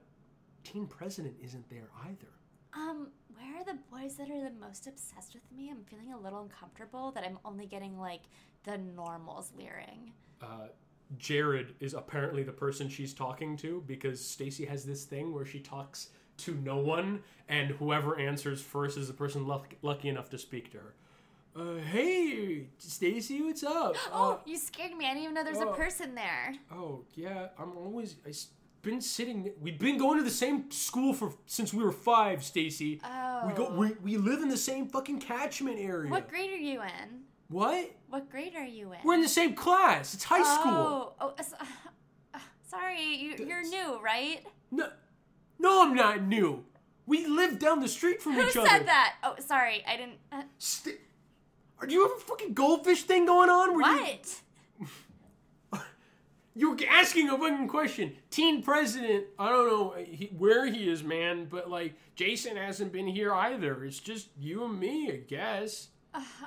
Speaker 1: teen president isn't there either
Speaker 2: Um, where are the boys that are the most obsessed with me? I'm feeling a little uncomfortable that I'm only getting like the normals leering.
Speaker 1: uh, Jared is apparently the person she's talking to because Stacy has this thing where she talks to no one, and whoever answers first is the person luck- lucky enough to speak to her. Uh, hey, Stacy, what's up?
Speaker 2: Oh, you scared me. I didn't even know there's
Speaker 1: oh.
Speaker 2: a person there.
Speaker 1: Uh, oh, yeah, I'm always. I've been sitting. We've been going to the same school for since we were five, Stacy.
Speaker 2: Oh.
Speaker 1: We go. We, we live in the same fucking catchment area.
Speaker 2: What grade are you in?
Speaker 1: What?
Speaker 2: What grade are you in?
Speaker 1: We're in the same class. It's high school.
Speaker 2: Oh, oh so- uh, sorry. You, you're new, right?
Speaker 1: No, no, I'm not new. We live down the street from
Speaker 2: Who
Speaker 1: each
Speaker 2: said
Speaker 1: other.
Speaker 2: that? Oh, sorry. I didn't. Uh,
Speaker 1: St- Are do you have a fucking goldfish thing going on? Where you-
Speaker 2: what?
Speaker 1: You're asking a fucking question. Teen president, I don't know he, where he is, man, but like Jason hasn't been here either. It's just you and me, I guess.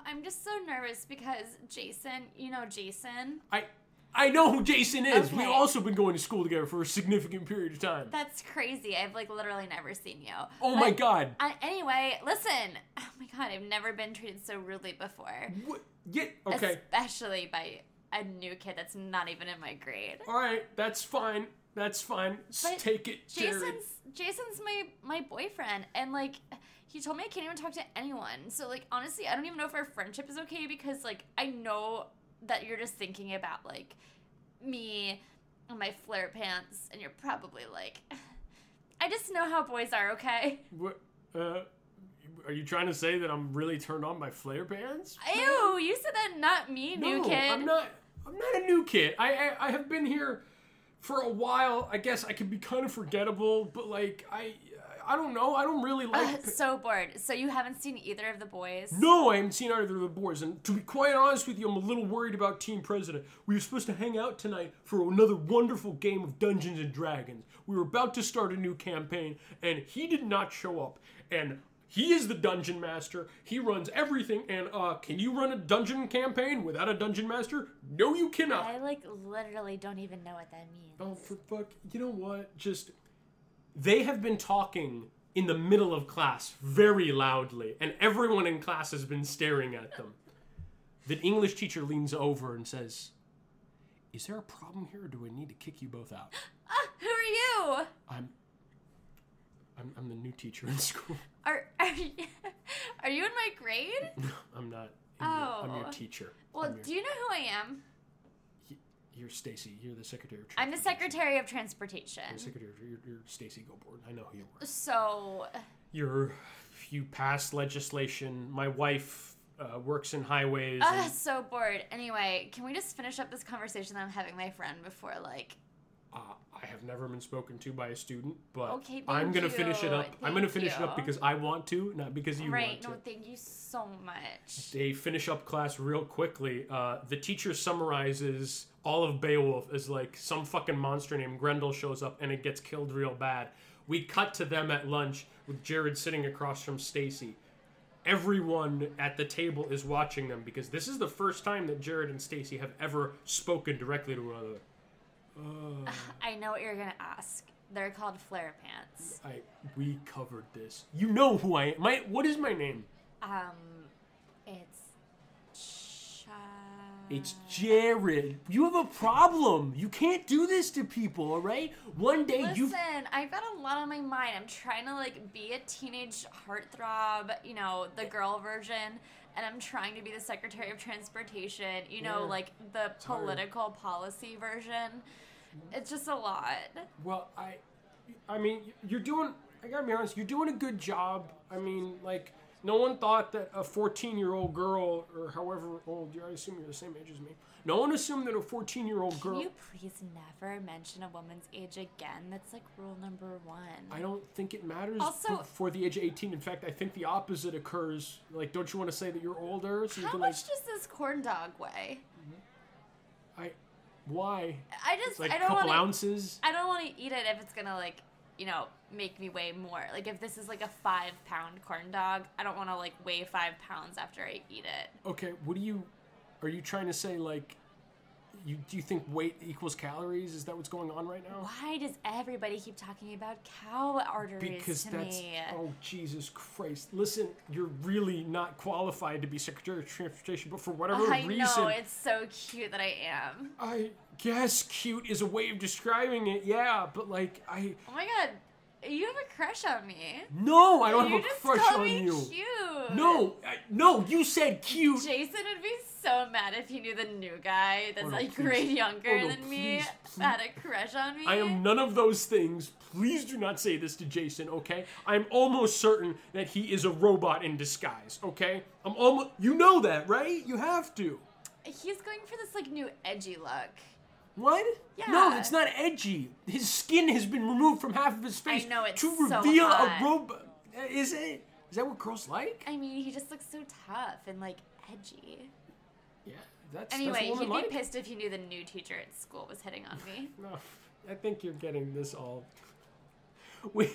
Speaker 2: I'm just so nervous because Jason, you know Jason.
Speaker 1: I I know who Jason is. We've
Speaker 2: Okay.
Speaker 1: also been going to school together for a significant period of time.
Speaker 2: That's crazy. I've like literally never seen you.
Speaker 1: oh my
Speaker 2: But-
Speaker 1: god.
Speaker 2: Uh, anyway, listen. Oh my god, I've never been treated so rudely before.
Speaker 1: What? Get okay.
Speaker 2: Especially by a new kid that's not even in my grade.
Speaker 1: All right, that's fine. That's fine. S-
Speaker 2: But
Speaker 1: Take it, Jared.
Speaker 2: Jason's Jason's my my boyfriend, and like he told me I can't even talk to anyone. So like honestly, I don't even know if our friendship is okay because like I know that you're just thinking about like me and my flare pants, and you're probably like, I just know how boys are. Okay,
Speaker 1: What, uh, are you trying to say that I'm really turned on by flare pants?
Speaker 2: ew, you said that, not me, new
Speaker 1: no,
Speaker 2: kid.
Speaker 1: I'm not. I'm not a new kid. I, I I have been here for a while. I guess I can be kind of forgettable, but like I I don't know. I don't really like.
Speaker 2: Ugh, so bored. So you haven't seen either of the boys?
Speaker 1: No, I haven't seen either of the boys, and to be quite honest with you, I'm a little worried about Team President. We were supposed to hang out tonight for another wonderful game of Dungeons and Dragons. We were about to start a new campaign, and he did not show up. And he is the dungeon master. He runs everything. And uh, can you run a dungeon campaign without a dungeon master? No, you cannot.
Speaker 2: I like literally don't even know what that means.
Speaker 1: Oh, for fuck. You know what? Just. They have been talking in the middle of class very loudly, and everyone in class has been staring at them. The English teacher leans over and says, Is there a problem here, or do I need to kick you both out?
Speaker 2: Ah, who are you?
Speaker 1: I'm. I'm, I'm the new teacher in school.
Speaker 2: Are are you, are you in my grade?
Speaker 1: I'm not. I'm your- I'm
Speaker 2: Oh.
Speaker 1: your teacher.
Speaker 2: Well,
Speaker 1: I'm your,
Speaker 2: do you know who I am?
Speaker 1: you're Stacy. You're the secretary. Of
Speaker 2: I'm the
Speaker 1: Transportation.
Speaker 2: Secretary of Transportation.
Speaker 1: You're the secretary. of- You're, you're Stacy Goborn. I know who you are.
Speaker 2: So,
Speaker 1: your you passed legislation. My wife uh, works in highways.
Speaker 2: ah,
Speaker 1: and,
Speaker 2: so bored. Anyway, can we just finish up this conversation that I'm having with my friend before like
Speaker 1: uh, I have never been spoken to by a student, but
Speaker 2: Okay, thank
Speaker 1: I'm gonna
Speaker 2: you,
Speaker 1: finish it up. I'm gonna
Speaker 2: thank
Speaker 1: finish it up
Speaker 2: you.
Speaker 1: because I want to, not because you
Speaker 2: right?
Speaker 1: want to.
Speaker 2: No, thank you so much.
Speaker 1: they finish up class real quickly. Uh, the teacher summarizes all of Beowulf as like some fucking monster named Grendel shows up and it gets killed real bad. We cut to them at lunch with Jared sitting across from Stacy. Everyone at the table is watching them because this is the first time that Jared and Stacy have ever spoken directly to one another.
Speaker 2: I know what you're gonna ask. They're called flare pants.
Speaker 1: I we covered this. You know who I am. My what is my name?
Speaker 2: Um, it's. Cha-
Speaker 1: It's Jared. You have a problem. You can't do this to people, all right? One day you
Speaker 2: Listen, I've got a lot on my mind. I'm trying to like be a teenage heartthrob, you know, the girl version, and I'm trying to be the Secretary of Transportation, you know,
Speaker 1: Yeah.
Speaker 2: like the
Speaker 1: hard.
Speaker 2: political policy version. It's just a lot.
Speaker 1: Well, I, I mean, you're doing. I gotta be honest. You're doing a good job. I mean, like, no one thought that a 14 year old girl, or however old you're, I assume you're the same age as me. No one assumed that a 14 year old
Speaker 2: Can
Speaker 1: girl.
Speaker 2: you please never mention a woman's age again? That's like rule number one.
Speaker 1: I don't think it matters
Speaker 2: Also-
Speaker 1: for, for the age of 18. In fact, I think the opposite occurs. Like, don't you want to say that you're older? So you
Speaker 2: How
Speaker 1: can
Speaker 2: much does this corn dog weigh?
Speaker 1: like, I, why?
Speaker 2: I just
Speaker 1: Like
Speaker 2: I
Speaker 1: a
Speaker 2: don't
Speaker 1: couple
Speaker 2: want to
Speaker 1: ounces.
Speaker 2: I don't want to eat it if it's gonna like you know make me weigh more. Like if this is like a five pound corn dog, I don't want to like weigh five pounds after I eat it.
Speaker 1: Okay, what do you? Are you trying to say like? You, do you think weight equals calories? Is that what's going on right now?
Speaker 2: Why does everybody keep talking about cow arteries
Speaker 1: because
Speaker 2: to
Speaker 1: that's
Speaker 2: me?
Speaker 1: oh Jesus Christ! Listen, you're really not qualified to be Secretary of Transportation, but for whatever
Speaker 2: I
Speaker 1: reason,
Speaker 2: know it's so cute that I am.
Speaker 1: I guess cute is a way of describing it. Yeah, but like I
Speaker 2: Oh my god, you have a crush on me.
Speaker 1: no, I don't
Speaker 2: you
Speaker 1: have a
Speaker 2: just
Speaker 1: crush
Speaker 2: called
Speaker 1: on
Speaker 2: me
Speaker 1: you.
Speaker 2: cute.
Speaker 1: No, I, no, you said cute.
Speaker 2: Jason would be so mad if he knew the new guy that's
Speaker 1: Oh, no,
Speaker 2: like
Speaker 1: please.
Speaker 2: grade younger
Speaker 1: Oh, no,
Speaker 2: than me
Speaker 1: please, please.
Speaker 2: had a crush on me.
Speaker 1: I am none of those things. Please do not say this to Jason, okay? I'm almost certain that he is a robot in disguise, okay? I'm almost. You know that, right? You have to.
Speaker 2: He's going for this like new edgy look.
Speaker 1: What? No,
Speaker 2: Yeah.
Speaker 1: it's not edgy. His skin has been removed from half of his face.
Speaker 2: know, it's
Speaker 1: to
Speaker 2: so
Speaker 1: reveal
Speaker 2: hot.
Speaker 1: a robot. Is it? Is that what girls like?
Speaker 2: I mean, he just looks so tough and like edgy.
Speaker 1: Yeah. That's
Speaker 2: Anyway,
Speaker 1: that's
Speaker 2: he'd be
Speaker 1: woman-like.
Speaker 2: pissed if he knew the new teacher at school was hitting on me.
Speaker 1: No, I think you're getting this all. We.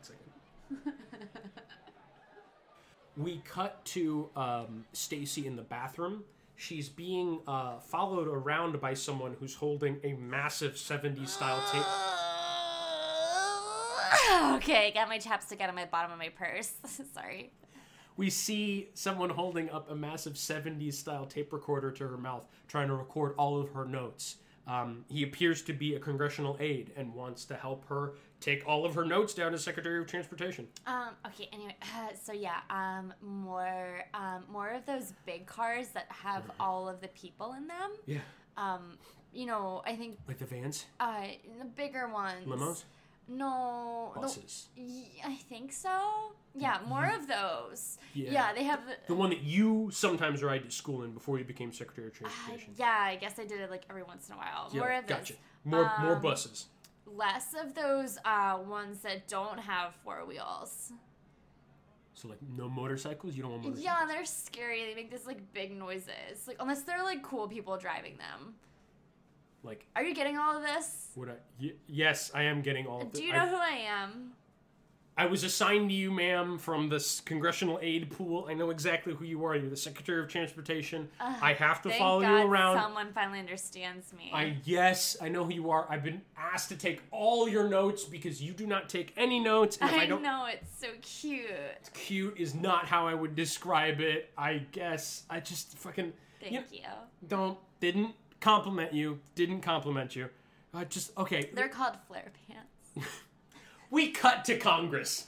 Speaker 1: Sorry, one second. we cut to um, Stacy in the bathroom. She's being uh, followed around by someone who's holding a massive 70s style tape.
Speaker 2: okay, got my chapstick out of my bottom of my purse. Sorry.
Speaker 1: We see someone holding up a massive 70s style tape recorder to her mouth, trying to record all of her notes. Um, he appears to be a congressional aide and wants to help her take all of her notes down to Secretary of Transportation.
Speaker 2: Um, okay, anyway, so yeah, um, more, um, more of those big cars that have all of the people in them.
Speaker 1: Yeah.
Speaker 2: Um, you know, I think,
Speaker 1: Like the vans?
Speaker 2: uh, the bigger ones.
Speaker 1: Limos?
Speaker 2: No. the-
Speaker 1: Buses.
Speaker 2: y- I think so. Yeah, more of those.
Speaker 1: Mm-hmm. Yeah.
Speaker 2: Yeah, they have.
Speaker 1: The one that you sometimes ride to school in before you became Secretary of
Speaker 2: Uh,
Speaker 1: Transportation.
Speaker 2: yeah, I guess I did it like every once in a while.
Speaker 1: Yeah,
Speaker 2: more of
Speaker 1: gotcha.
Speaker 2: those.
Speaker 1: More, more
Speaker 2: Um,
Speaker 1: buses.
Speaker 2: Less of those uh, ones that don't have four wheels.
Speaker 1: So, like, no motorcycles? You don't want motorcycles?
Speaker 2: Yeah, they're scary. They make this like big noises. Like unless they're like cool people driving them.
Speaker 1: Like,
Speaker 2: Are you getting all of this?
Speaker 1: would I. Y- yes, I am getting all of
Speaker 2: Do
Speaker 1: it.
Speaker 2: you
Speaker 1: I-
Speaker 2: know who I am?
Speaker 1: I was assigned to you, ma'am, from this congressional aid pool. I know exactly who you are. You're the Secretary of Transportation. I have to
Speaker 2: Thank
Speaker 1: follow
Speaker 2: God
Speaker 1: you around.
Speaker 2: someone finally understands me.
Speaker 1: I yes, I know who you are. I've been asked to take all your notes because you do not take any notes. And if I,
Speaker 2: I
Speaker 1: don't,
Speaker 2: know it's so cute.
Speaker 1: cute is not how I would describe it. I guess I just fucking
Speaker 2: Thank
Speaker 1: you
Speaker 2: you.
Speaker 1: don't didn't compliment you. Didn't compliment you. I just okay.
Speaker 2: They're called flare pants.
Speaker 1: we cut to Congress.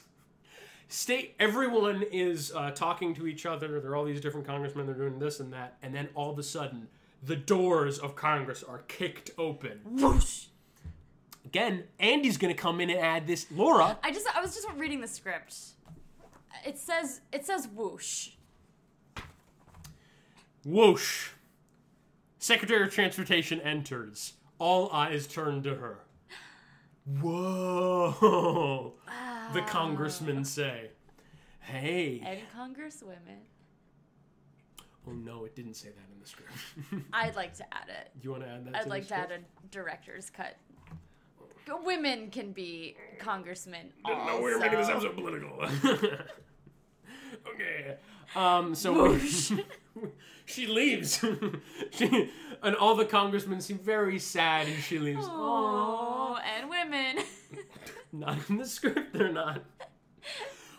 Speaker 1: State everyone is uh, talking to each other. There are all these different congressmen. They're doing this and that, and then all of a sudden, the doors of Congress are kicked open.
Speaker 2: Whoosh.
Speaker 1: Again, Andy's going to come in and add this. Laura,
Speaker 2: I just I was just reading the script. It says it says whoosh.
Speaker 1: whoosh. Secretary of Transportation enters. All eyes turn to her. Whoa! The congressmen say, "Hey."
Speaker 2: And congresswomen.
Speaker 1: Oh no, it didn't say that in the script.
Speaker 2: I'd like to add it.
Speaker 1: you want to add that?
Speaker 2: I'd
Speaker 1: to
Speaker 2: like
Speaker 1: the
Speaker 2: to
Speaker 1: script?
Speaker 2: add a director's cut. G- Women can be congressmen. also.
Speaker 1: political. okay. Um, so she leaves. she, and all the congressmen seem very sad and she leaves.
Speaker 2: Oh, and women.
Speaker 1: Not in the script, they're not.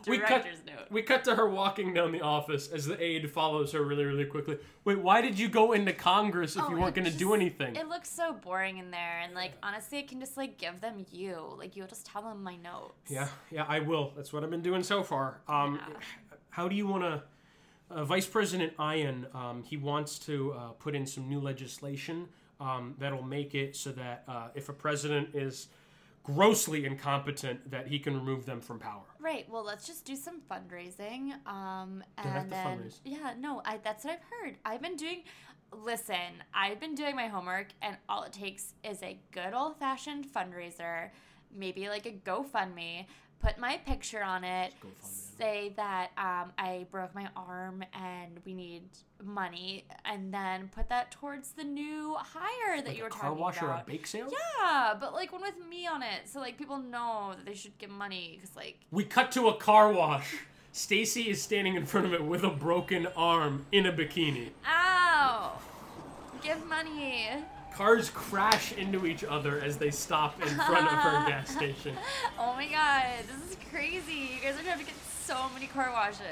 Speaker 1: We cut,
Speaker 2: Director's note.
Speaker 1: we cut to her walking down the office as the aide follows her really, really quickly. Wait, why did you go into Congress if
Speaker 2: Oh,
Speaker 1: you weren't
Speaker 2: it
Speaker 1: going to do
Speaker 2: just-
Speaker 1: anything?
Speaker 2: It looks so boring in there, and like honestly, I can just like give them you. Like you'll just tell them my notes.
Speaker 1: Yeah, yeah, I will. That's what I've been doing so far. Um, How do you want to? Uh, Vice President Ian, um, he wants to uh, put in some new legislation um, that'll make it so that uh, if a president is grossly incompetent, that he can remove them from power.
Speaker 2: Right. Well, let's just do some fundraising. Um, and
Speaker 1: have to
Speaker 2: then
Speaker 1: fundraise.
Speaker 2: yeah, no, I that's what I've heard. I've been doing. Listen, I've been doing my homework, and all it takes is a good old fashioned fundraiser, maybe like a GoFundMe. Put my picture on it.
Speaker 1: GoFundMe.
Speaker 2: Say that um, I broke my arm and we need money, and then put that towards the new hire that you
Speaker 1: a
Speaker 2: were
Speaker 1: car
Speaker 2: talking
Speaker 1: wash or
Speaker 2: about.
Speaker 1: a bake sale?
Speaker 2: Yeah, but like one with me on it, so like people know that they should give money because like
Speaker 1: We cut to a car wash. Stacy is standing in front of it with a broken arm in a bikini.
Speaker 2: ow, give money.
Speaker 1: Cars crash into each other as they stop in front of her gas station.
Speaker 2: Oh my god, this is crazy. You guys are gonna have to get so many car washes.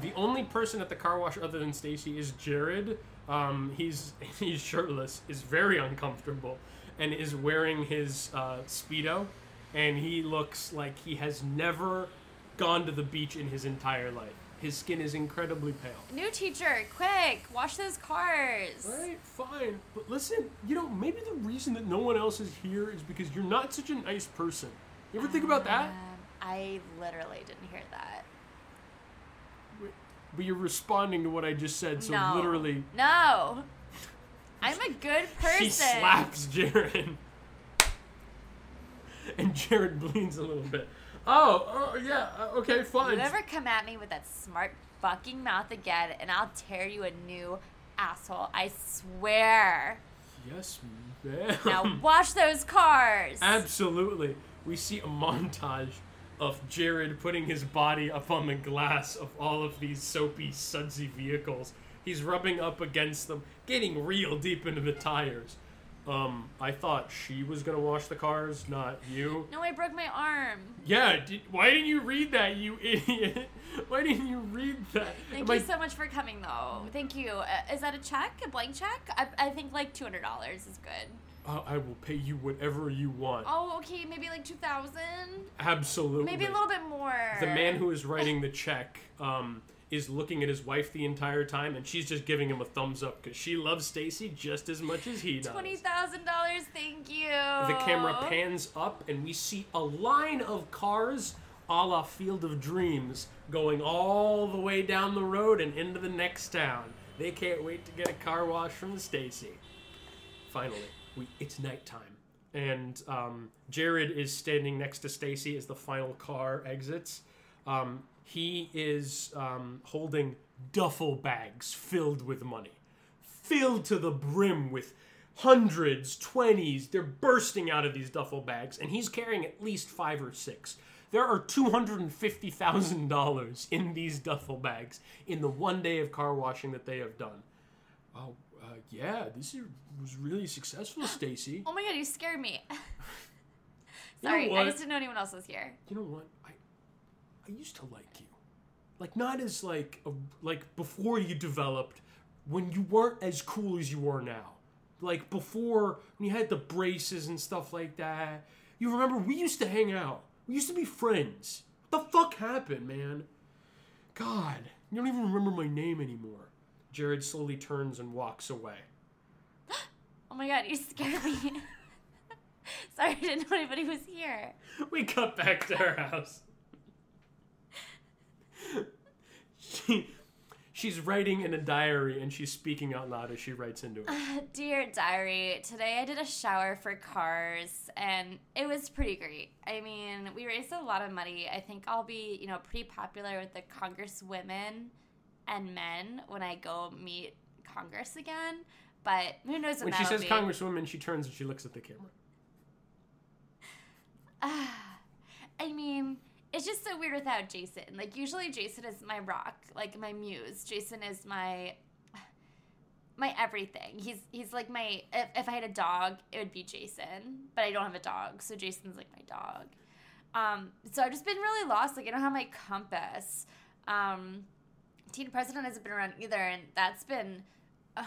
Speaker 1: The only person at the car wash other than Stacy is Jared. Um, he's he's shirtless, is very uncomfortable, and is wearing his uh, speedo, and he looks like he has never gone to the beach in his entire life. His skin is incredibly pale.
Speaker 2: New teacher, quick, wash those cars.
Speaker 1: All right, fine, but listen, you know, maybe the reason that no one else is here is because you're not such a nice person. You ever think about that?
Speaker 2: Um, I literally didn't hear that.
Speaker 1: But you're responding to what I just said, so
Speaker 2: no,
Speaker 1: literally,
Speaker 2: no. I'm a good person.
Speaker 1: She slaps Jared. And Jared bleeds a little bit. Oh, oh yeah, uh, okay, fine.
Speaker 2: You ever come at me with that smart fucking mouth again, and I'll tear you a new asshole. I swear.
Speaker 1: Yes, ma'am.
Speaker 2: Now watch those cars.
Speaker 1: Absolutely. We see a montage of Jared putting his body up on the glass of all of these soapy, sudsy vehicles. He's rubbing up against them, getting real deep into the tires. Um, I thought she was gonna wash the cars, not you.
Speaker 2: no, I broke my arm.
Speaker 1: Yeah, did, why didn't you read that, you idiot? Why didn't you read that?
Speaker 2: Thank
Speaker 1: Am I-
Speaker 2: you so much for coming, though. Thank you. Uh, is that a check? A blank check? I, I think like two hundred dollars is good.
Speaker 1: Uh, I will pay you whatever you want.
Speaker 2: Oh, okay, maybe like two thousand.
Speaker 1: Absolutely.
Speaker 2: Maybe a little bit more.
Speaker 1: the man who is writing the check um, is looking at his wife the entire time, and she's just giving him a thumbs up because she loves Stacy just as much as he does.
Speaker 2: twenty thousand dollars. Thank you.
Speaker 1: the camera pans up, and we see a line of cars a la Field of Dreams going all the way down the road and into the next town. They can't wait to get a car wash from Stacy. Finally, we, it's nighttime. And um, Jared is standing next to Stacy as the final car exits. Um, he is um, holding duffel bags filled with money, filled to the brim with hundreds, twenties. They're bursting out of these duffel bags, and he's carrying at least five or six. There are $250,000 in these duffel bags in the one day of car washing that they have done. Oh, uh, yeah, this is, was really successful, Stacy.
Speaker 2: Oh my god, you scared me. Sorry, I
Speaker 1: what?
Speaker 2: just didn't know anyone else was here.
Speaker 1: You know what? I I used to like you, like not as like a, like before you developed, when you weren't as cool as you are now. Like before, when you had the braces and stuff like that. You remember we used to hang out. We used to be friends. What the fuck happened, man? God, you don't even remember my name anymore. Jared slowly turns and walks away.
Speaker 2: Oh my god, you scared me. Sorry, I didn't know anybody was here.
Speaker 1: We cut back to her house. she, she's writing in a diary and she's speaking out loud as she writes into it.
Speaker 2: Dear diary, today I did a shower for cars and it was pretty great. I mean, we raised a lot of money. I think I'll be, you know, pretty popular with the congresswomen and men when I go meet Congress again. But who knows when,
Speaker 1: When she
Speaker 2: that'll
Speaker 1: says
Speaker 2: be.
Speaker 1: Congresswoman, she turns and she looks at the camera.
Speaker 2: I mean, it's just so weird without Jason. Like usually Jason is my rock, like my muse. Jason is my my everything. He's he's like my if, if I had a dog, it would be Jason, but I don't have a dog, so Jason's like my dog. Um, so I've just been really lost. Like I don't have my compass. Um, Teen President hasn't been around either, and that's been. ugh,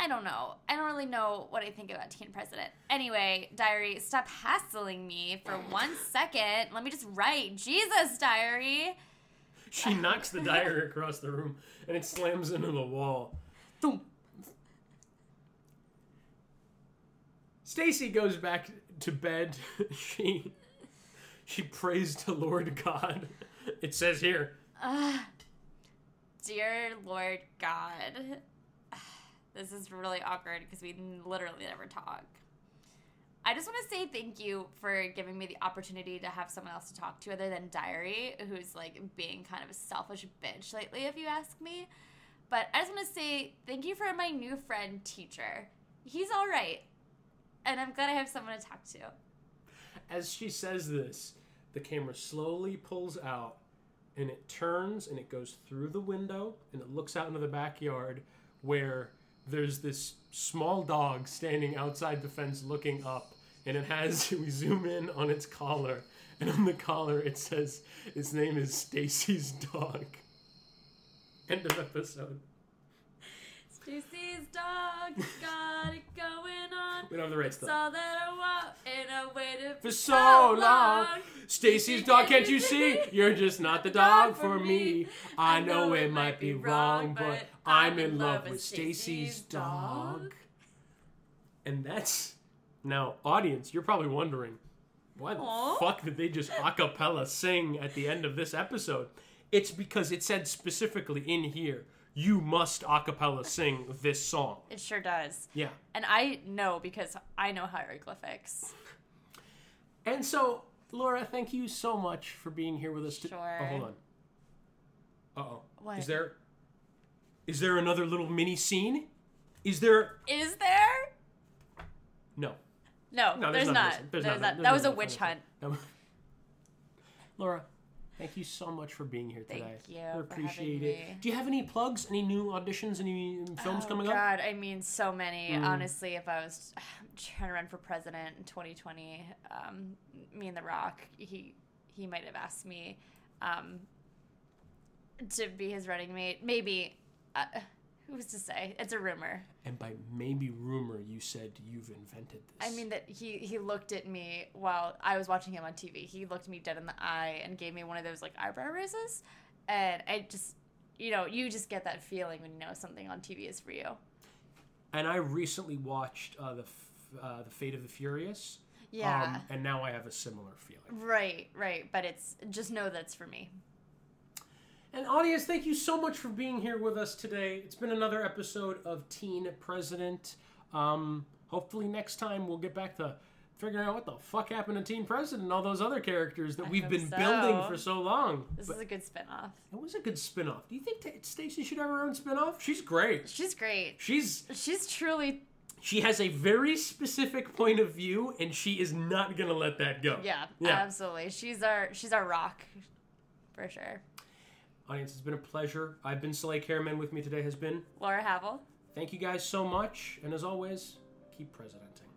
Speaker 2: I don't know. I don't really know what I think about Teen President. Anyway, Diary, stop hassling me for one second. Let me just write. Jesus, Diary.
Speaker 1: She knocks the diary across the room and it slams into the wall.
Speaker 2: Thump.
Speaker 1: Stacy goes back to bed. she she prays to Lord God. It says here,
Speaker 2: Dear Lord God. This is really awkward because we literally never talk. I just want to say thank you for giving me the opportunity to have someone else to talk to other than Diary, who's like being kind of a selfish bitch lately, if you ask me. But I just want to say thank you for my new friend, teacher. He's all right. And I'm glad I have someone to talk to.
Speaker 1: As she says this, the camera slowly pulls out and it turns and it goes through the window and it looks out into the backyard where there's this small dog standing outside the fence looking up and it has we zoom in on its collar and on the collar it says its name is Stacy's dog. End of episode.
Speaker 2: Stacy's dog got it going on.
Speaker 1: We don't have the right stuff.
Speaker 2: Saw that I walked and I waited
Speaker 1: For so long, Stacy's dog, can't you see? You're just not the dog for me. I know it might be wrong, but I'm in love with Stacy's dog. And that's now, audience, you're probably wondering, why the
Speaker 2: Aw.
Speaker 1: fuck did they just a cappella sing at the end of this episode? It's because it said specifically in here, you must a cappella sing this song.
Speaker 2: It sure does.
Speaker 1: Yeah.
Speaker 2: And I know because I know hieroglyphics.
Speaker 1: And so, Laura, thank you so much for being here with us. to-
Speaker 2: Sure.
Speaker 1: Oh, hold on. Uh oh.
Speaker 2: What?
Speaker 1: Is there? Is there another little mini scene? Is there?
Speaker 2: Is there?
Speaker 1: No.
Speaker 2: No,
Speaker 1: No,
Speaker 2: there's, not. There's, not. That was a witch hunt.
Speaker 1: hunt. Laura, thank you so much for being here today.
Speaker 2: Thank you
Speaker 1: We
Speaker 2: for
Speaker 1: appreciate
Speaker 2: having
Speaker 1: it.
Speaker 2: me.
Speaker 1: Do you have any plugs? Any new auditions? Any films
Speaker 2: oh,
Speaker 1: coming
Speaker 2: God,
Speaker 1: up? Hmm.
Speaker 2: I mean, so many. Honestly, if I was trying to run for president in 2020, um, me and The Rock, he he might have asked me um, to be his running mate. Maybe. Uh, who's to say? It's a rumor.
Speaker 1: And by maybe rumor, you said you've invented this.
Speaker 2: I mean that he he looked at me while I was watching him on TV. He looked me dead in the eye and gave me one of those like eyebrow raises, and I just you know you just get that feeling when you know something on TV is for you.
Speaker 1: And I recently watched uh, the f- uh, the Fate of the Furious.
Speaker 2: Yeah.
Speaker 1: Um, and now I have a similar feeling.
Speaker 2: Right, right, but it's just know that's for me.
Speaker 1: And audience, thank you so much for being here with us today. It's been another episode of Teen President. Um, hopefully next time we'll get back to figuring out what the fuck happened to Teen President and all those other characters that
Speaker 2: I
Speaker 1: we've
Speaker 2: hope
Speaker 1: been
Speaker 2: so.
Speaker 1: building for so long.
Speaker 2: This
Speaker 1: But
Speaker 2: is a good spin-off.
Speaker 1: it was a good spin-off. Do you think that Stacy should have her own spin-off? She's great.
Speaker 2: She's great.
Speaker 1: She's
Speaker 2: She's truly
Speaker 1: she has a very specific point of view and she is not going to let that go.
Speaker 2: yeah,
Speaker 1: Yeah.
Speaker 2: absolutely. She's our she's our rock for sure.
Speaker 1: Audience, it's been a pleasure. I've been Soleil Caraman with me today has been.
Speaker 2: Laura Havel.
Speaker 1: Thank you guys so much and as always, keep presidenting.